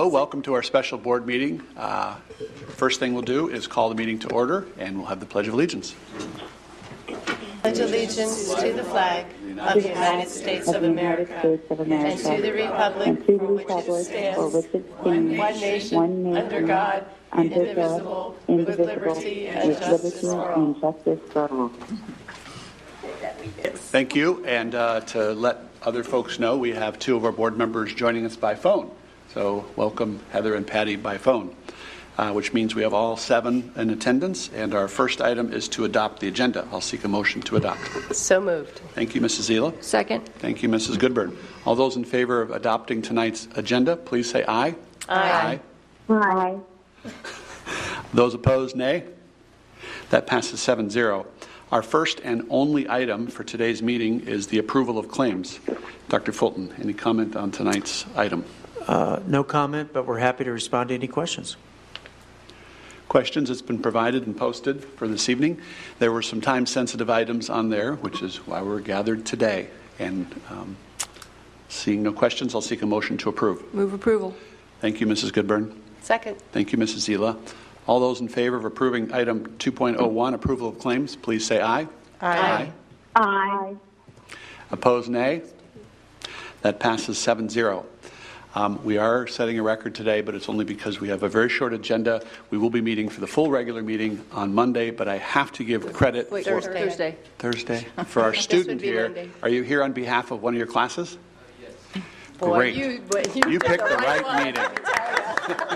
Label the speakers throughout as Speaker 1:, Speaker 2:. Speaker 1: Hello, Oh, welcome to our special board meeting. Uh, First thing we'll do is call the meeting to order, and we'll have the Pledge of Allegiance.
Speaker 2: pledge allegiance to the flag of the United States of America
Speaker 3: States of
Speaker 2: and
Speaker 3: America
Speaker 2: to the republic
Speaker 3: and to the
Speaker 2: for which it
Speaker 3: republic for
Speaker 2: stands,
Speaker 3: which it
Speaker 2: one
Speaker 3: stands, one
Speaker 2: nation,
Speaker 3: nation,
Speaker 2: under God,
Speaker 3: under God,
Speaker 2: indivisible, with
Speaker 3: indivisible,
Speaker 2: liberty and
Speaker 3: with
Speaker 2: justice
Speaker 3: liberty
Speaker 2: for all.
Speaker 3: and justice for all.
Speaker 1: Thank you, and uh, to let other folks know, we have two of our board members joining us by phone. So welcome Heather and Patty by phone, uh, which means we have all seven in attendance, and our first item is to adopt the agenda. I'll seek a motion to adopt.
Speaker 2: So moved.
Speaker 1: Thank you, Mrs. Zila.
Speaker 4: Second.
Speaker 1: Thank you, Mrs. Goodburn. All those in favor of adopting tonight's agenda, please say aye.
Speaker 2: Aye.
Speaker 3: Aye.
Speaker 1: Those opposed, nay. That passes 7-0. Our first and only item for today's meeting is the approval of claims. Dr. Fulton, any comment on tonight's item?
Speaker 5: Uh, No comment, but we're happy to respond to any questions.
Speaker 1: Questions, it's been provided and posted for this evening. There were some time-sensitive items on there, which is why we're gathered today. And um, seeing no questions, I'll seek a motion to approve.
Speaker 4: Move approval.
Speaker 1: Thank you, Mrs. Goodburn.
Speaker 2: Second.
Speaker 1: Thank you, Mrs. Zila. All those in favor of approving item 2.01, approval of claims, please say aye.
Speaker 2: Aye.
Speaker 3: Aye.
Speaker 1: Opposed, nay. That passes 7-0. Um, We are setting a record today, but it's only because we have a very short agenda. We will be meeting for the full regular meeting on Monday, but I have to give credit for...
Speaker 2: Thursday.
Speaker 4: Thursday.
Speaker 1: Thursday? For our student
Speaker 4: be
Speaker 1: here.
Speaker 4: Monday.
Speaker 1: Are you here on behalf of one of your classes? Yes.
Speaker 4: Boy,
Speaker 1: Great.
Speaker 4: you- boy, you
Speaker 1: You
Speaker 4: did
Speaker 1: picked the right
Speaker 4: one.
Speaker 1: meeting.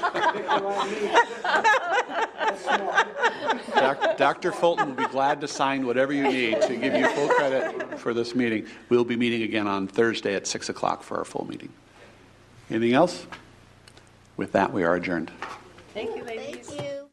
Speaker 1: Doc- Dr. Fulton will be glad to sign whatever you need to give you full credit for this meeting. We'll be meeting again on Thursday at 6 o'clock for our full meeting. Anything else? With that, we are adjourned.
Speaker 2: Thank you, ladies.
Speaker 6: Thank you.